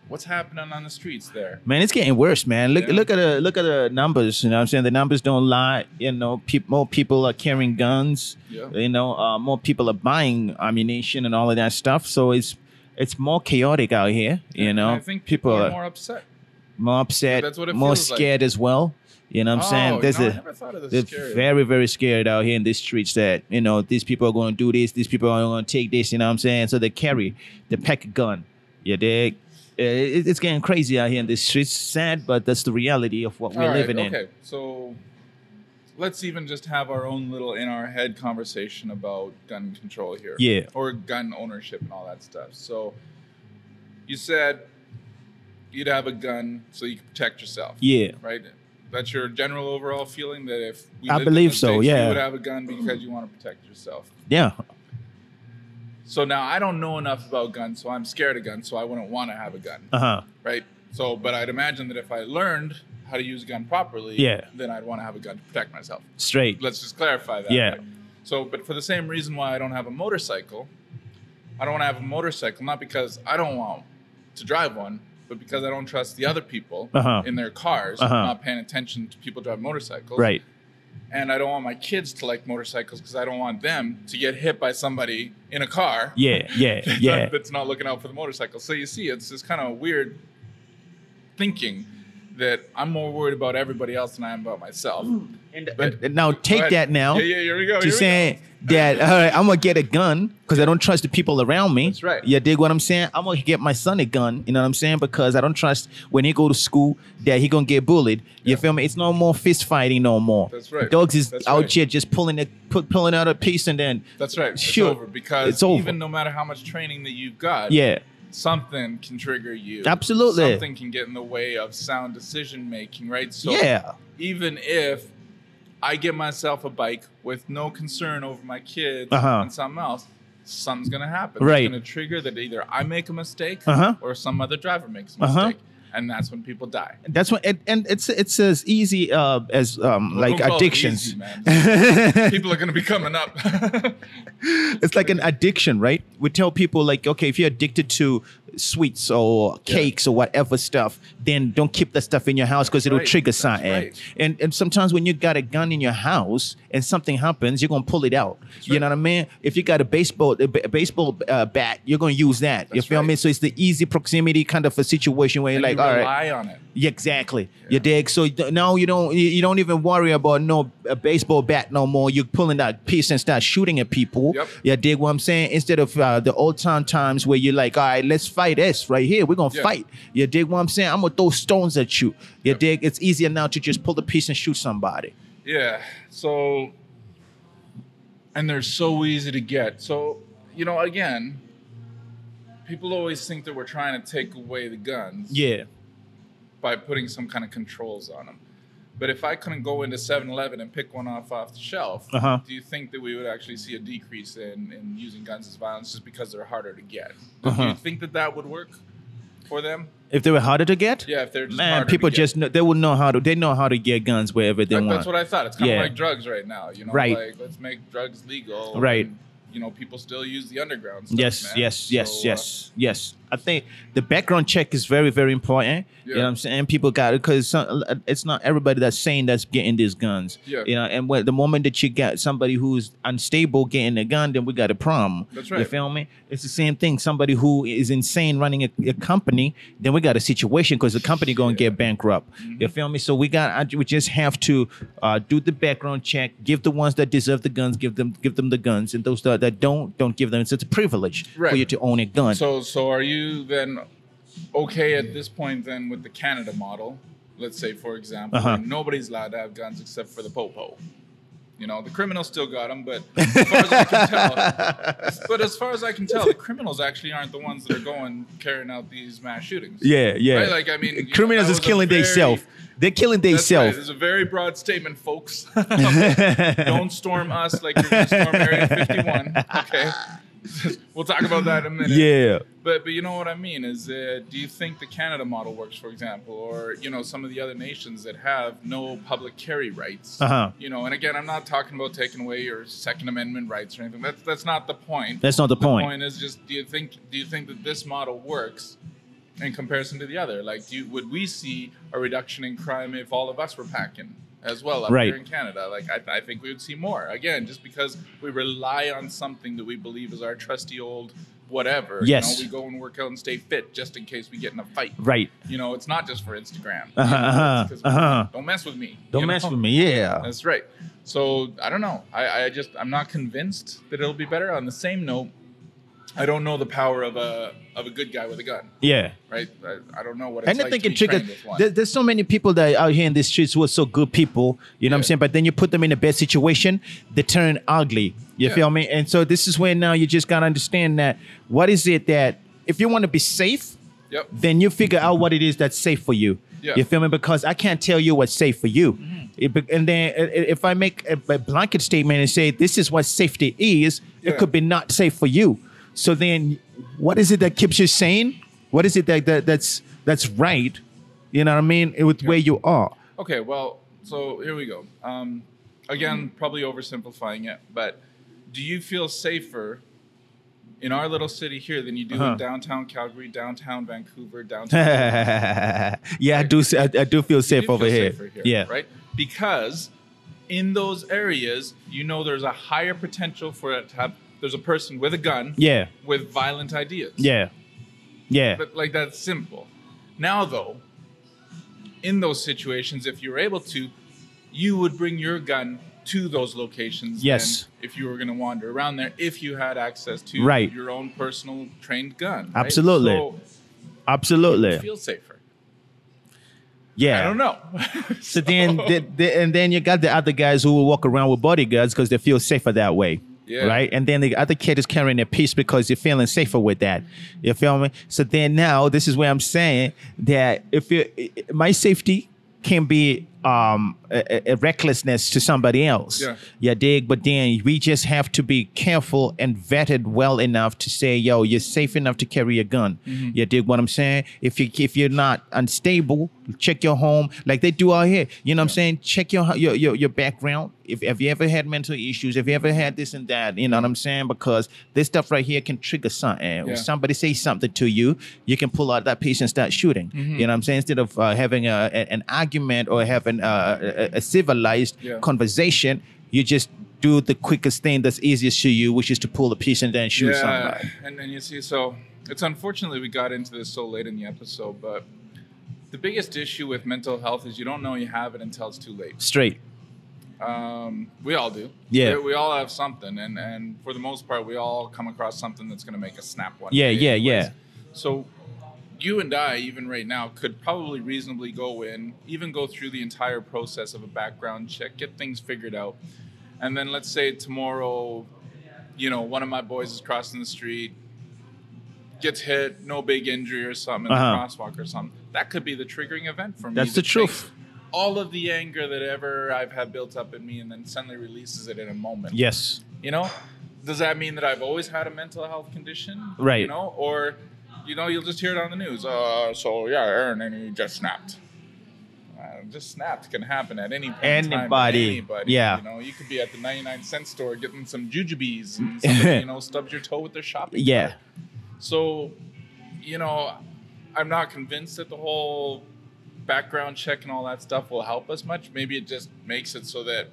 Speaker 1: what's happening on the streets there.
Speaker 2: Man, it's getting worse, man. Look
Speaker 1: Yeah.
Speaker 2: look at the look at the numbers, you know what I'm saying? The numbers don't lie. You know, peop more people are carrying guns,
Speaker 1: Yeah.
Speaker 2: you know, uh, more people are buying ammunition and all of that stuff. So it's it's more chaotic out here, you
Speaker 1: And
Speaker 2: know.
Speaker 1: I think people, are more upset.
Speaker 2: more upset,
Speaker 1: That's what it
Speaker 2: more
Speaker 1: feels like.
Speaker 2: scared as well. You know what I'm saying?
Speaker 1: Oh,
Speaker 2: There's
Speaker 1: no, I
Speaker 2: a
Speaker 1: never thought of
Speaker 2: they're
Speaker 1: this. Scary.
Speaker 2: very very scared out here in these streets that you know these people are going to do this these people are going to take this you know what i'm saying so they carry they pack a gun yeah they it, it's getting crazy out here in the streets sad but that's the reality of what
Speaker 1: All
Speaker 2: we're
Speaker 1: right,
Speaker 2: living in
Speaker 1: Okay, so let's even just have our own little in our head conversation about gun control here.
Speaker 2: yeah
Speaker 1: or gun ownership and all that stuff. So you said you'd have a gun so you could protect yourself,
Speaker 2: yeah
Speaker 1: right? That's your general overall feeling that if we
Speaker 2: I
Speaker 1: lived in
Speaker 2: believe
Speaker 1: the
Speaker 2: so,
Speaker 1: States,
Speaker 2: yeah.
Speaker 1: you would have a gun because you want to protect yourself.
Speaker 2: yeah
Speaker 1: So now I don't know enough about guns, so I'm scared of guns, so I wouldn't want to have a gun,
Speaker 2: uh-huh
Speaker 1: right? So, but I'd imagine that if I learned how to use a gun properly,
Speaker 2: Yeah.
Speaker 1: then I'd want to have a gun to protect myself.
Speaker 2: straight
Speaker 1: Let's just clarify that.
Speaker 2: Yeah.
Speaker 1: So, but for the same reason why I don't have a motorcycle, I don't want to have a motorcycle, not because I don't want to drive one, but because I don't trust the other people
Speaker 2: Uh-huh.
Speaker 1: in their cars,
Speaker 2: Uh-huh.
Speaker 1: not paying attention to people driving motorcycles.
Speaker 2: right
Speaker 1: And I don't want my kids to like motorcycles because I don't want them to get hit by somebody in a car.
Speaker 2: yeah yeah
Speaker 1: that-
Speaker 2: yeah
Speaker 1: that's [laughs] not looking out for the motorcycle. So you see, it's this kind of weird thinking that I'm more worried about everybody else than I am about myself. But-
Speaker 2: And now take
Speaker 1: But-
Speaker 2: that now
Speaker 1: Yeah, yeah, here we go.
Speaker 2: to
Speaker 1: Oh, here we go.
Speaker 2: saying that all right, I'm gonna get a gun because I don't trust the people around me.
Speaker 1: That's right.
Speaker 2: You dig what I'm saying? I'm gonna get my son a gun. You know what I'm saying? Because I don't trust when he go to school that he gonna get bullied. You feel me? It's no more fist fighting no more.
Speaker 1: That's right.
Speaker 2: Dogs is
Speaker 1: That's
Speaker 2: out
Speaker 1: right.
Speaker 2: here just pulling a pu- pulling out a piece and then
Speaker 1: That's right. It's
Speaker 2: Sure.
Speaker 1: over because
Speaker 2: It's over.
Speaker 1: even no matter how much training that you've got,
Speaker 2: yeah.
Speaker 1: something can trigger you.
Speaker 2: Absolutely.
Speaker 1: Something can get in the way of sound decision making, right? So
Speaker 2: yeah.
Speaker 1: even if I get myself a bike with no concern over my kids
Speaker 2: Uh-huh.
Speaker 1: and something else, something's gonna happen.
Speaker 2: Right.
Speaker 1: It's gonna trigger that either I make a mistake
Speaker 2: Uh-huh.
Speaker 1: or some other driver makes a mistake.
Speaker 2: Uh-huh.
Speaker 1: And that's when people die.
Speaker 2: That's what and, and it's it's as easy uh, as um, like
Speaker 1: Don't call it
Speaker 2: addictions.
Speaker 1: easy, man.
Speaker 2: [laughs]
Speaker 1: people are gonna be coming up.
Speaker 2: it's like an addiction, right? We tell people like, okay, if you're addicted to sweets or
Speaker 1: Yeah.
Speaker 2: cakes or whatever stuff, then don't keep that stuff in your house because it'll
Speaker 1: right.
Speaker 2: trigger
Speaker 1: That's
Speaker 2: something.
Speaker 1: right.
Speaker 2: And and sometimes when you got a gun in your house and something happens, you're gonna pull it out. You
Speaker 1: right.
Speaker 2: know what I mean? If you got a baseball a ba- baseball uh, bat, you're gonna use that. you
Speaker 1: That's
Speaker 2: feel me?
Speaker 1: right.
Speaker 2: So it's the easy proximity kind of a situation where you're
Speaker 1: [laughs] And
Speaker 2: like,
Speaker 1: you
Speaker 2: all right.
Speaker 1: rely on it.
Speaker 2: Yeah, exactly. You dig? So you don't- now you don't you you don't even worry about no a baseball bat no more. You're pulling that piece and start shooting at people.
Speaker 1: Yep.
Speaker 2: You dig what I'm saying? Instead of uh, the old time times where you're like, all right, let's fight this right here. We're gonna
Speaker 1: Yeah.
Speaker 2: fight. You dig what I'm saying? I'm gonna throw stones at you. You dig? It's easier now to just pull the piece and shoot somebody.
Speaker 1: Yeah. So, and they're so easy to get. So, you know, again, people always think that we're trying to take away the guns
Speaker 2: Yeah.
Speaker 1: by putting some kind of controls on them. But if I couldn't go into 7 Eleven and pick one off off the shelf,
Speaker 2: Uh-huh.
Speaker 1: do you think that we would actually see a decrease in, in using guns as violence just because they're harder to get? Do
Speaker 2: Uh-huh.
Speaker 1: you think that that would work for them?
Speaker 2: If they were harder to get,
Speaker 1: Yeah, if they're just
Speaker 2: man,
Speaker 1: harder to
Speaker 2: people
Speaker 1: get.
Speaker 2: just know, they would know how to they know how to get guns wherever they
Speaker 1: That-
Speaker 2: want.
Speaker 1: That's what I thought. It's kind
Speaker 2: Yeah.
Speaker 1: of like drugs right now. You know,
Speaker 2: Right.
Speaker 1: like let's make drugs legal.
Speaker 2: Right.
Speaker 1: and, you know, people still use the underground. Stuff,
Speaker 2: yes,
Speaker 1: man.
Speaker 2: yes, yes,
Speaker 1: So, uh,
Speaker 2: yes, yes. I think the background check is very, very important. You know
Speaker 1: Yeah.
Speaker 2: what I'm saying? People got it because it's not everybody that's saying that's getting these guns.
Speaker 1: Yeah.
Speaker 2: You know, and when, the moment that you got somebody who's unstable getting a gun, then we got a problem.
Speaker 1: That's
Speaker 2: You
Speaker 1: right.
Speaker 2: feel me? It's the same thing. Somebody who is insane running a, a company, then we got a situation because the company going to get bankrupt.
Speaker 1: Mm-hmm.
Speaker 2: You feel me? So we got I- we just have to uh, do the background check, give the ones that deserve the guns, give them give them the guns, and those that, that don't don't give them. It's, it's a privilege for
Speaker 1: Right.
Speaker 2: you to own a gun.
Speaker 1: So, so are you then okay at this point then with the Canada model. Let's say, for example,
Speaker 2: Uh-huh.
Speaker 1: where nobody's allowed to have guns except for the popo. You know, the criminals still got them, but as far as I can
Speaker 2: [laughs]
Speaker 1: tell, but as far as I can tell, the criminals actually aren't the ones that are going carrying out these mass shootings.
Speaker 2: Yeah, yeah.
Speaker 1: Right, like, I mean, you know,
Speaker 2: criminals
Speaker 1: that
Speaker 2: is
Speaker 1: was a
Speaker 2: killing
Speaker 1: very-
Speaker 2: themselves. They're killing
Speaker 1: That's right.
Speaker 2: themselves.
Speaker 1: It's a very broad statement,
Speaker 2: [laughs]
Speaker 1: folks. [laughs] Don't storm us like you're gonna storm Area 51. Okay, [laughs] we'll talk about that in a minute.
Speaker 2: yeah.
Speaker 1: But but you know what I mean is, uh, do you think the Canada model works, for example, or you know some of the other nations that have no public carry rights?
Speaker 2: Uh huh.
Speaker 1: You know, and again, I'm not talking about taking away your Second Amendment rights or anything. That's that's not the point.
Speaker 2: That's not the
Speaker 1: the
Speaker 2: point.
Speaker 1: point is just do you think do you think that this model works in comparison to the other? Like, do you, would we see a reduction in crime if all of us were packing as well up
Speaker 2: Right.
Speaker 1: here in Canada? Like, I, I think we would see more again, just because we rely on something that we believe is our trusty old whatever.
Speaker 2: Yes.
Speaker 1: you know, we go and work out and stay fit just in case we get in a fight.
Speaker 2: Right.
Speaker 1: You know, it's not just for Instagram.
Speaker 2: Uh-huh, uh-huh,
Speaker 1: It's 'cause
Speaker 2: uh-huh.
Speaker 1: Don't mess with me.
Speaker 2: Don't
Speaker 1: you
Speaker 2: mess
Speaker 1: know?
Speaker 2: with me. Yeah.
Speaker 1: That's right. So I don't know. I, I just I'm not convinced that it'll be better. On the same note, I don't know the power of a of a good guy with a gun,
Speaker 2: Yeah.
Speaker 1: right? I, I don't know what it's
Speaker 2: And I
Speaker 1: like
Speaker 2: think
Speaker 1: to
Speaker 2: it
Speaker 1: be
Speaker 2: triggered.
Speaker 1: trained with one.
Speaker 2: There, there's so many people that out here in the streets who are so good people, you know what I'm
Speaker 1: Yeah.
Speaker 2: saying? But then you put them in a bad situation, they turn ugly. You
Speaker 1: Yeah.
Speaker 2: feel me? And so this is where now you just gotta understand that what is it that if you want to be safe,
Speaker 1: Yep.
Speaker 2: then you figure out what it is that's safe for
Speaker 1: Yeah.
Speaker 2: you.
Speaker 1: Mm-hmm.
Speaker 2: You feel me? Because I can't tell you what's safe for you. It be- and then uh, if I make a, a blanket statement and say this is what safety is,
Speaker 1: Yeah.
Speaker 2: it could be not safe for you. So then, what is it that keeps you sane? What is it that, that that's that's right? You know what I mean? With where you are. [laughs]
Speaker 1: Okay, well, so here we go. Um, again, probably oversimplifying it, but do you feel safer in our little city here than you do
Speaker 2: Uh-huh.
Speaker 1: in downtown Calgary, downtown Vancouver,
Speaker 2: [laughs]
Speaker 1: downtown?
Speaker 2: yeah, I do. se- I, I do feel
Speaker 1: You
Speaker 2: safe
Speaker 1: do
Speaker 2: over
Speaker 1: feel
Speaker 2: here.
Speaker 1: safer
Speaker 2: Yeah.
Speaker 1: Right? Because in those areas, you know there's a higher potential for it to have, there's a person with a gun
Speaker 2: Yeah.
Speaker 1: with violent ideas.
Speaker 2: Yeah. Yeah.
Speaker 1: But like that's simple. Now though, in those situations, if you were able to, you would bring your gun to those locations. then
Speaker 2: Yes.
Speaker 1: If you were going to wander around there, if you had access to
Speaker 2: Right.
Speaker 1: your own personal trained gun. right?
Speaker 2: Absolutely.
Speaker 1: So,
Speaker 2: Absolutely.
Speaker 1: feel safer.
Speaker 2: yeah.
Speaker 1: I don't know. [laughs]
Speaker 2: So then, the, the, and then you got the other guys who will walk around with bodyguards because they feel safer that way.
Speaker 1: Yeah.
Speaker 2: Right. And then the other kid is carrying a piece because you're feeling safer with that. You feel me? So then now this is where I'm saying that if you, my safety can be um, a, a- a recklessness to somebody else.
Speaker 1: Yeah.
Speaker 2: You dig? But then we just have to be careful and vetted well enough to say, yo, you're safe enough to carry a gun. You dig what I'm saying? If you if you're not unstable, check your home like they do out here. You know what I'm saying? Check your your your, your background. If have you ever had mental issues? Have you ever had this and that? You know what I'm saying? Because this stuff right here can trigger something.
Speaker 1: Yeah.
Speaker 2: If somebody says something to you, you can pull out that piece and start shooting. You know what I'm saying? Instead of uh, having a, a- an argument or having uh, a, a civilized
Speaker 1: Yeah.
Speaker 2: conversation, you just do the quickest thing that's easiest to you, which is to pull a piece and then shoot somebody.
Speaker 1: And then you see, so it's unfortunately we got into this so late in the episode, but the biggest issue with mental health is you don't know you have it until it's too late.
Speaker 2: Straight.
Speaker 1: Um, we all do.
Speaker 2: Yeah.
Speaker 1: We, we all have something, and and for the most part, we all come across something that's going to make us snap one.
Speaker 2: Yeah,
Speaker 1: day
Speaker 2: yeah,
Speaker 1: anyways.
Speaker 2: yeah.
Speaker 1: So. You and I, even right now, could probably reasonably go in, even go through the entire process of a background check, get things figured out, and then let's say tomorrow, you know, one of my boys is crossing the street, gets hit, no big injury or something, in
Speaker 2: Uh-huh.
Speaker 1: the crosswalk or something. That could be the triggering event for me.
Speaker 2: That's the
Speaker 1: that
Speaker 2: truth.
Speaker 1: takes All of the anger that ever I've had built up in me and then suddenly releases it in a moment.
Speaker 2: Yes.
Speaker 1: You know? Does that mean that I've always had a mental health condition? You
Speaker 2: Right.
Speaker 1: know? Or, you know, you'll just hear it on the news. Uh, so, yeah, Aaron, and he just snapped. Uh, just snapped can happen at any point. in time to
Speaker 2: Anybody.
Speaker 1: anybody.
Speaker 2: Yeah.
Speaker 1: You know, you could be at the 99 cent store getting some jujubes and
Speaker 2: [laughs]
Speaker 1: somebody, you know, stubs your toe with their shopping.
Speaker 2: Yeah.
Speaker 1: So, you know, I'm not convinced that the whole background check and all that stuff will help us much. Maybe it just makes it so that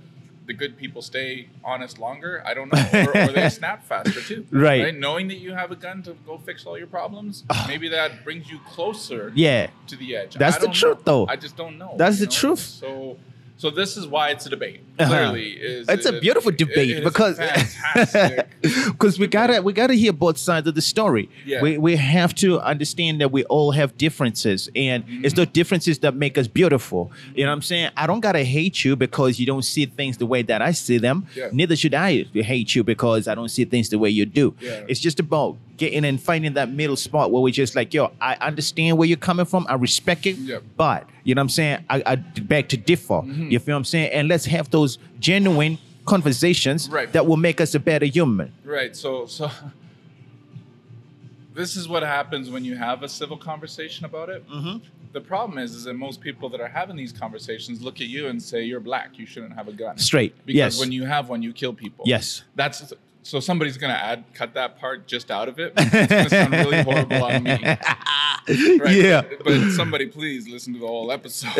Speaker 1: the good people stay honest longer. I don't know. Or, or
Speaker 2: [laughs]
Speaker 1: they snap faster too.
Speaker 2: Right. Ah.
Speaker 1: Knowing that you have a gun to go fix all your problems, maybe that brings you closer
Speaker 2: Yeah.
Speaker 1: to the edge.
Speaker 2: That's
Speaker 1: I
Speaker 2: the
Speaker 1: don't
Speaker 2: truth,
Speaker 1: know.
Speaker 2: though.
Speaker 1: I just don't know.
Speaker 2: That's
Speaker 1: you
Speaker 2: the truth.
Speaker 1: So, So this is why it's a debate.
Speaker 2: Uh-huh.
Speaker 1: Clearly, is
Speaker 2: It's a
Speaker 1: it-
Speaker 2: beautiful
Speaker 1: it- it
Speaker 2: debate
Speaker 1: is
Speaker 2: because- [laughs]
Speaker 1: fantastic.
Speaker 2: because we gotta we gotta hear both sides of the story.
Speaker 1: Yeah.
Speaker 2: We we have to understand that we all have differences, and it's
Speaker 1: Mm-hmm.
Speaker 2: the differences that make us beautiful. You know what I'm saying? I don't gotta hate you because you don't see things the way that I see them.
Speaker 1: Yeah.
Speaker 2: Neither should I hate you because I don't see things the way you do.
Speaker 1: Yeah.
Speaker 2: It's just about getting and finding that middle spot where we're just like, yo, I understand where you're coming from. I respect it.
Speaker 1: Yep. Mm-hmm.
Speaker 2: But you know what I'm saying? I, I beg to differ. You feel what I'm saying? And let's have those genuine conversations
Speaker 1: Right.
Speaker 2: that will make us a better human.
Speaker 1: right. So so [laughs] this is what happens when you have a civil conversation about it.
Speaker 2: Mm-hmm.
Speaker 1: The problem is, is that most people that are having these conversations look at you and say you're black. You shouldn't have a gun.
Speaker 2: Straight.
Speaker 1: Because
Speaker 2: yes.
Speaker 1: when you have one, you kill people.
Speaker 2: yes.
Speaker 1: That's so somebody's gonna add cut that part just out of it. It's gonna sound really horrible on me.
Speaker 2: [laughs]
Speaker 1: Right?
Speaker 2: Yeah.
Speaker 1: But, but somebody please listen to the whole
Speaker 2: [laughs]
Speaker 1: episode.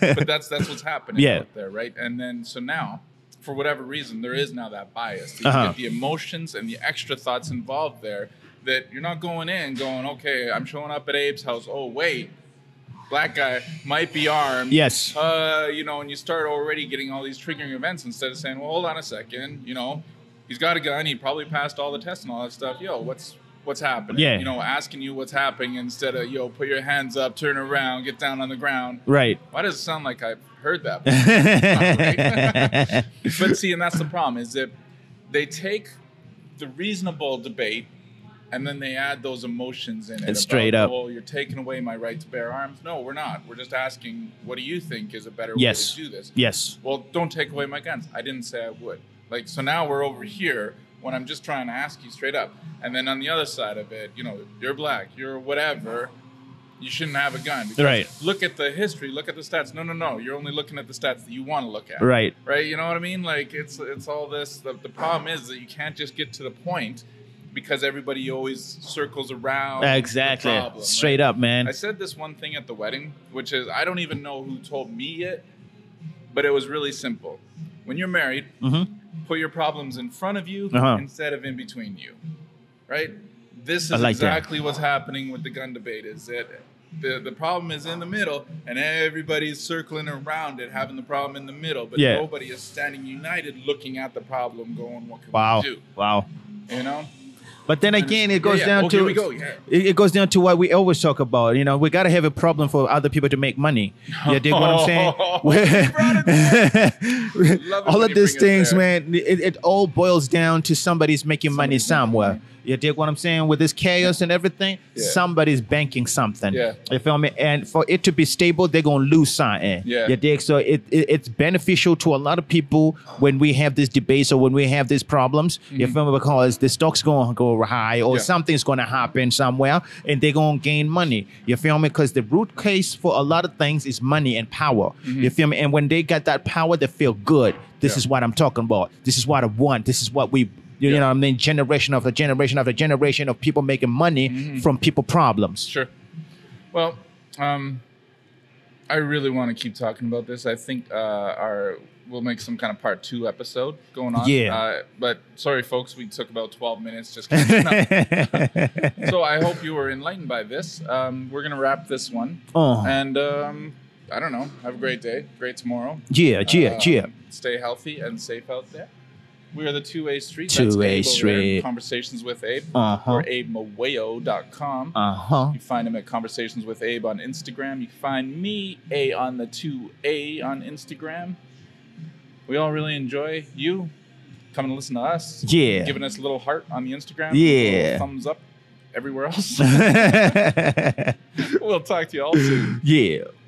Speaker 1: but that's that's what's happening
Speaker 2: Yeah.
Speaker 1: out there, right? And then so now, for whatever reason, there is now that bias. You
Speaker 2: Uh-huh.
Speaker 1: get the emotions and the extra thoughts involved there that you're not going in going, okay, I'm showing up at Abe's house. Oh wait, black guy might be armed.
Speaker 2: Yes.
Speaker 1: Uh, you know, and you start already getting all these triggering events instead of saying, well, hold on a second, you know, he's got a gun, he probably passed all the tests and all that stuff. Yo, what's what's happening?
Speaker 2: Yeah.
Speaker 1: You know, asking you what's happening instead of yo, put your hands up, turn around, get down on the ground.
Speaker 2: Right.
Speaker 1: Why does it sound like I've heard that?
Speaker 2: [laughs]
Speaker 1: before? but see, and that's the problem is that they take the reasonable debate and then they add those emotions in it.
Speaker 2: And straight
Speaker 1: about,
Speaker 2: up.
Speaker 1: Well, you're taking away my right to bear arms. No, we're not. We're just asking, what do you think is a better
Speaker 2: Yes.
Speaker 1: way to do this?
Speaker 2: [laughs] yes.
Speaker 1: Well, don't take away my guns. I didn't say I would. Like, so now we're over here when I'm just trying to ask you straight up. And then on the other side of it, you know, you're black, you're whatever. You shouldn't have a gun. Because
Speaker 2: Right.
Speaker 1: Look at the history. Look at the stats. No, no, no. You're only looking at the stats that you want to look at
Speaker 2: Right.
Speaker 1: right? You know what I mean? Like it's it's all this. The, the problem is that you can't just get to the point because everybody always circles around. the
Speaker 2: Exactly.
Speaker 1: problem,
Speaker 2: Straight up, man.
Speaker 1: I said this one thing at the wedding, which is I don't even know who told me it, but it was really simple. When you're married,
Speaker 2: Mhm.
Speaker 1: put your problems in front of you
Speaker 2: Uh-huh.
Speaker 1: instead of in between you, right? This is
Speaker 2: I like that.
Speaker 1: exactly what's happening with the gun debate. Is that the, the problem is in the middle, and everybody's circling around it, having the problem in the middle, but
Speaker 2: Yeah.
Speaker 1: nobody is standing united, looking at the problem, going, "What can
Speaker 2: Wow.
Speaker 1: we do?"
Speaker 2: Wow.
Speaker 1: You know?
Speaker 2: But then again, it goes
Speaker 1: Yeah, yeah.
Speaker 2: down
Speaker 1: Oh,
Speaker 2: to
Speaker 1: here we go. Yeah.
Speaker 2: It, it goes down to what we always talk about. You know, we gotta have a problem for other people to
Speaker 1: [laughs]
Speaker 2: make money. You dig what I'm saying?
Speaker 1: Oh,
Speaker 2: [laughs]
Speaker 1: You brought it Love it
Speaker 2: all
Speaker 1: when
Speaker 2: of
Speaker 1: you
Speaker 2: these
Speaker 1: bring it
Speaker 2: things,
Speaker 1: back.
Speaker 2: man, it, it all boils down to somebody's making money
Speaker 1: Somebody's making
Speaker 2: somewhere.
Speaker 1: money.
Speaker 2: You dig what I'm saying? With this chaos and everything,
Speaker 1: Yeah.
Speaker 2: somebody's banking something.
Speaker 1: Yeah.
Speaker 2: You feel me? And for it to be stable, they're gonna lose something.
Speaker 1: Yeah.
Speaker 2: You dig? So it, it it's beneficial to a lot of people when we have these debates or when we have these problems. You feel me? Because the stock's gonna go high or
Speaker 1: Mm-hmm. Yeah.
Speaker 2: something's gonna happen somewhere and they're gonna gain money. You feel me? Because the root case for a lot of things is money and power. You feel me? And when they got that power, they feel good. This
Speaker 1: Mm-hmm. Yeah.
Speaker 2: is what I'm talking about. This is what I want. This is what we you
Speaker 1: Yeah.
Speaker 2: know what I mean? Generation after generation after generation of people making money
Speaker 1: Mm-hmm.
Speaker 2: from people
Speaker 1: [laughs]
Speaker 2: problems. [laughs]
Speaker 1: Sure. Well, um, I really want to keep talking about this. I think uh, our we'll make some kind of part two episode going on.
Speaker 2: Yeah.
Speaker 1: Uh, but sorry, folks, we took about twelve minutes just. catching
Speaker 2: [laughs]
Speaker 1: up. so I hope you were enlightened by this. Um, we're gonna wrap this one,
Speaker 2: Oh.
Speaker 1: and um, I don't know. Have a great day. Great tomorrow.
Speaker 2: yeah, yeah,
Speaker 1: Uh,
Speaker 2: yeah.
Speaker 1: Stay healthy and safe out there. We are the Two Way Street. That's
Speaker 2: Two Way
Speaker 1: Abe over there,
Speaker 2: Street.
Speaker 1: Conversations with Abe
Speaker 2: Uh-huh.
Speaker 1: or abemoeo.com. [laughs]
Speaker 2: Uh-huh.
Speaker 1: You can find him at Conversations with Abe on Instagram. You can find me, A on the 2A on Instagram. We all really enjoy you coming to listen to us.
Speaker 2: Yeah.
Speaker 1: Giving us a little heart on the Instagram.
Speaker 2: Yeah.
Speaker 1: little thumbs up everywhere else. [laughs]
Speaker 2: yeah.
Speaker 1: we'll talk to you all soon.